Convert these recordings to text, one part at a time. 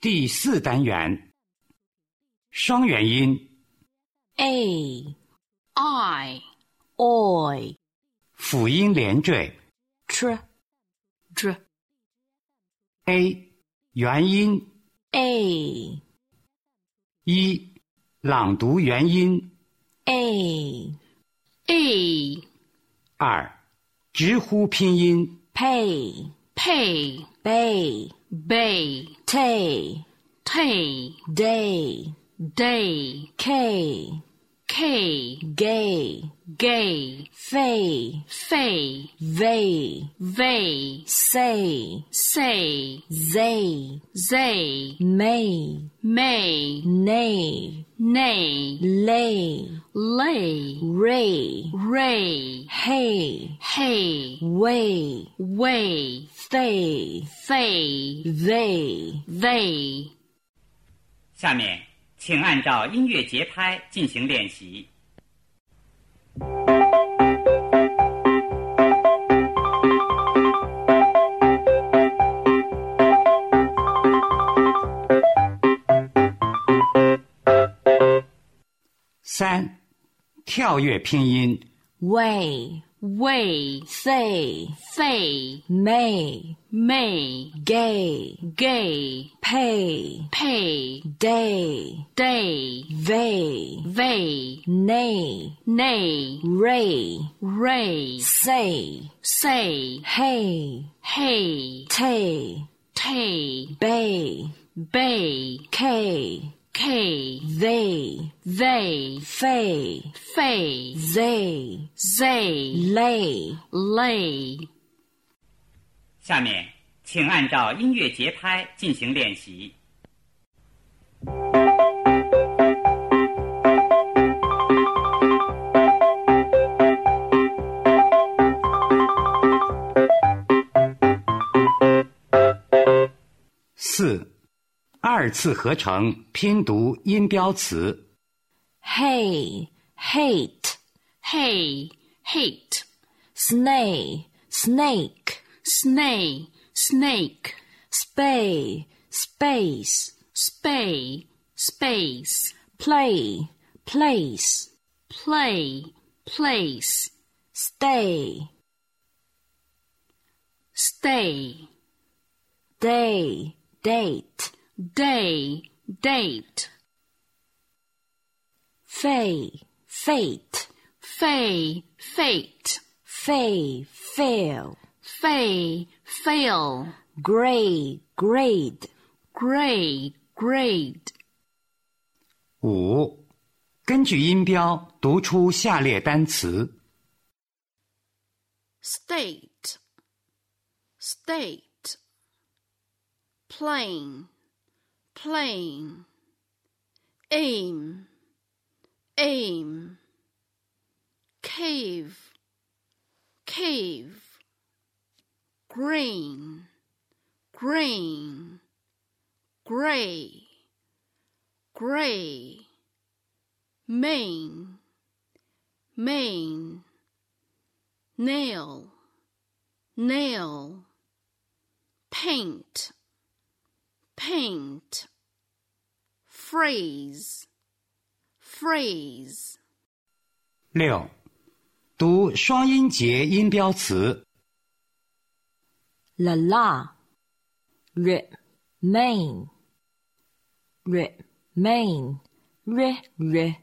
第四单元双元音 a, i, oi, 辅音连缀 tr, dr, a 元音 a, 一，朗读元音 a, E a, 二，直呼拼音 pay, pay, bay, bay, tay, tay, day, day, k, k, gay, gay, fay, fay, vay, vay, say, say, zay, zay, may, may, nay, nay, lay, lay, ray, ray, hey, hey, way, way, they, fay, they. they. 下面，请按照音乐节拍进行练习。三，跳跃拼音 way, way, say, say, may, may, gay, gay, pay, pay, day, day, they, they, nay, nay, ray, ray, say, say, hey, hey, tay, tay, bay, bay, k, k, they, they, fay, fay, zay, zay, lay, lay. 下面，请按照音乐节拍进行练习。四，二次合成拼读音标词 hey, hate, Hey, hate, snay, snake, snay, snake, spay, space, spay, space, play, place, play, place. stay, stay, day, date, day, date, fay, fate, fay, fate, fay, fail, fay, fail, gray, grade, grade, grade, 五，根据音标读出下列单词 state, state, plane, plane, aim, aim, cave, cave, green, green, gray, gray, main, main, nail, nail, paint, paint, phrase, phrase. 六，读双音节音标词 la la, remain, remain, re, re,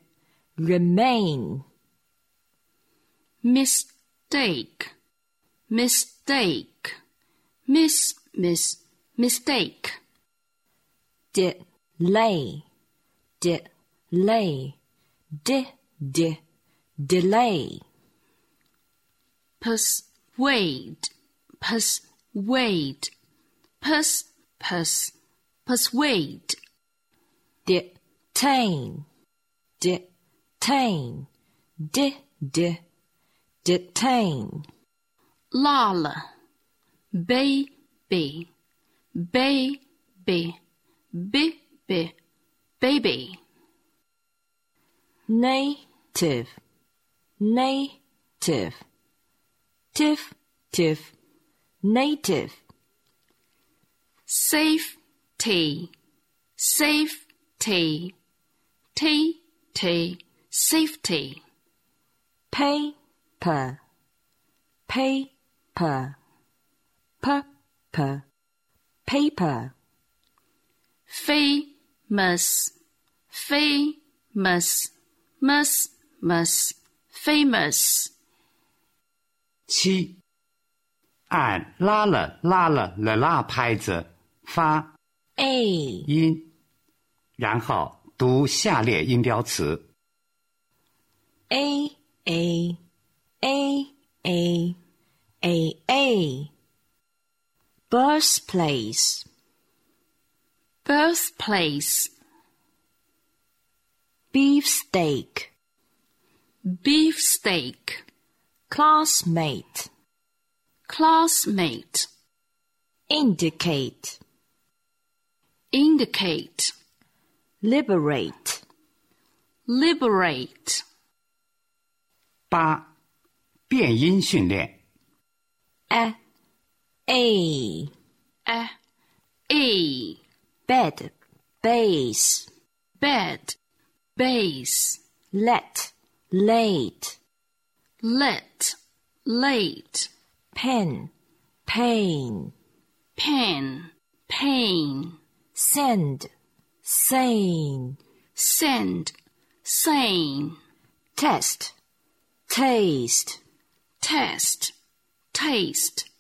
remain, mistake, mistake, miss, miss, mistake, delay, delay, de, de, delay, persuade, persuade, pers, pers, persuade, detain, detain, de, de, detain, Lala, baby, baby, baby, baby, native, native, tiff, tiff, native, safety, safety, t t safety, paper, paper, paper, paper, famous, famous, mus, mus, famous, 七，按拉了拉了了啦拍子发 a, 音，然后读下列音标词。 a, a, a, a, a, a, birthplace, birthplace, beefsteak, beefsteak, classmate, classmate, indicate, indicate, liberate, liberate, 八，变音训练。 a, a, a, a, bed, base, bed, base, let, late, let, late, pen, pain, pen, pain, send, sane, send, sane, test, taste, test, taste,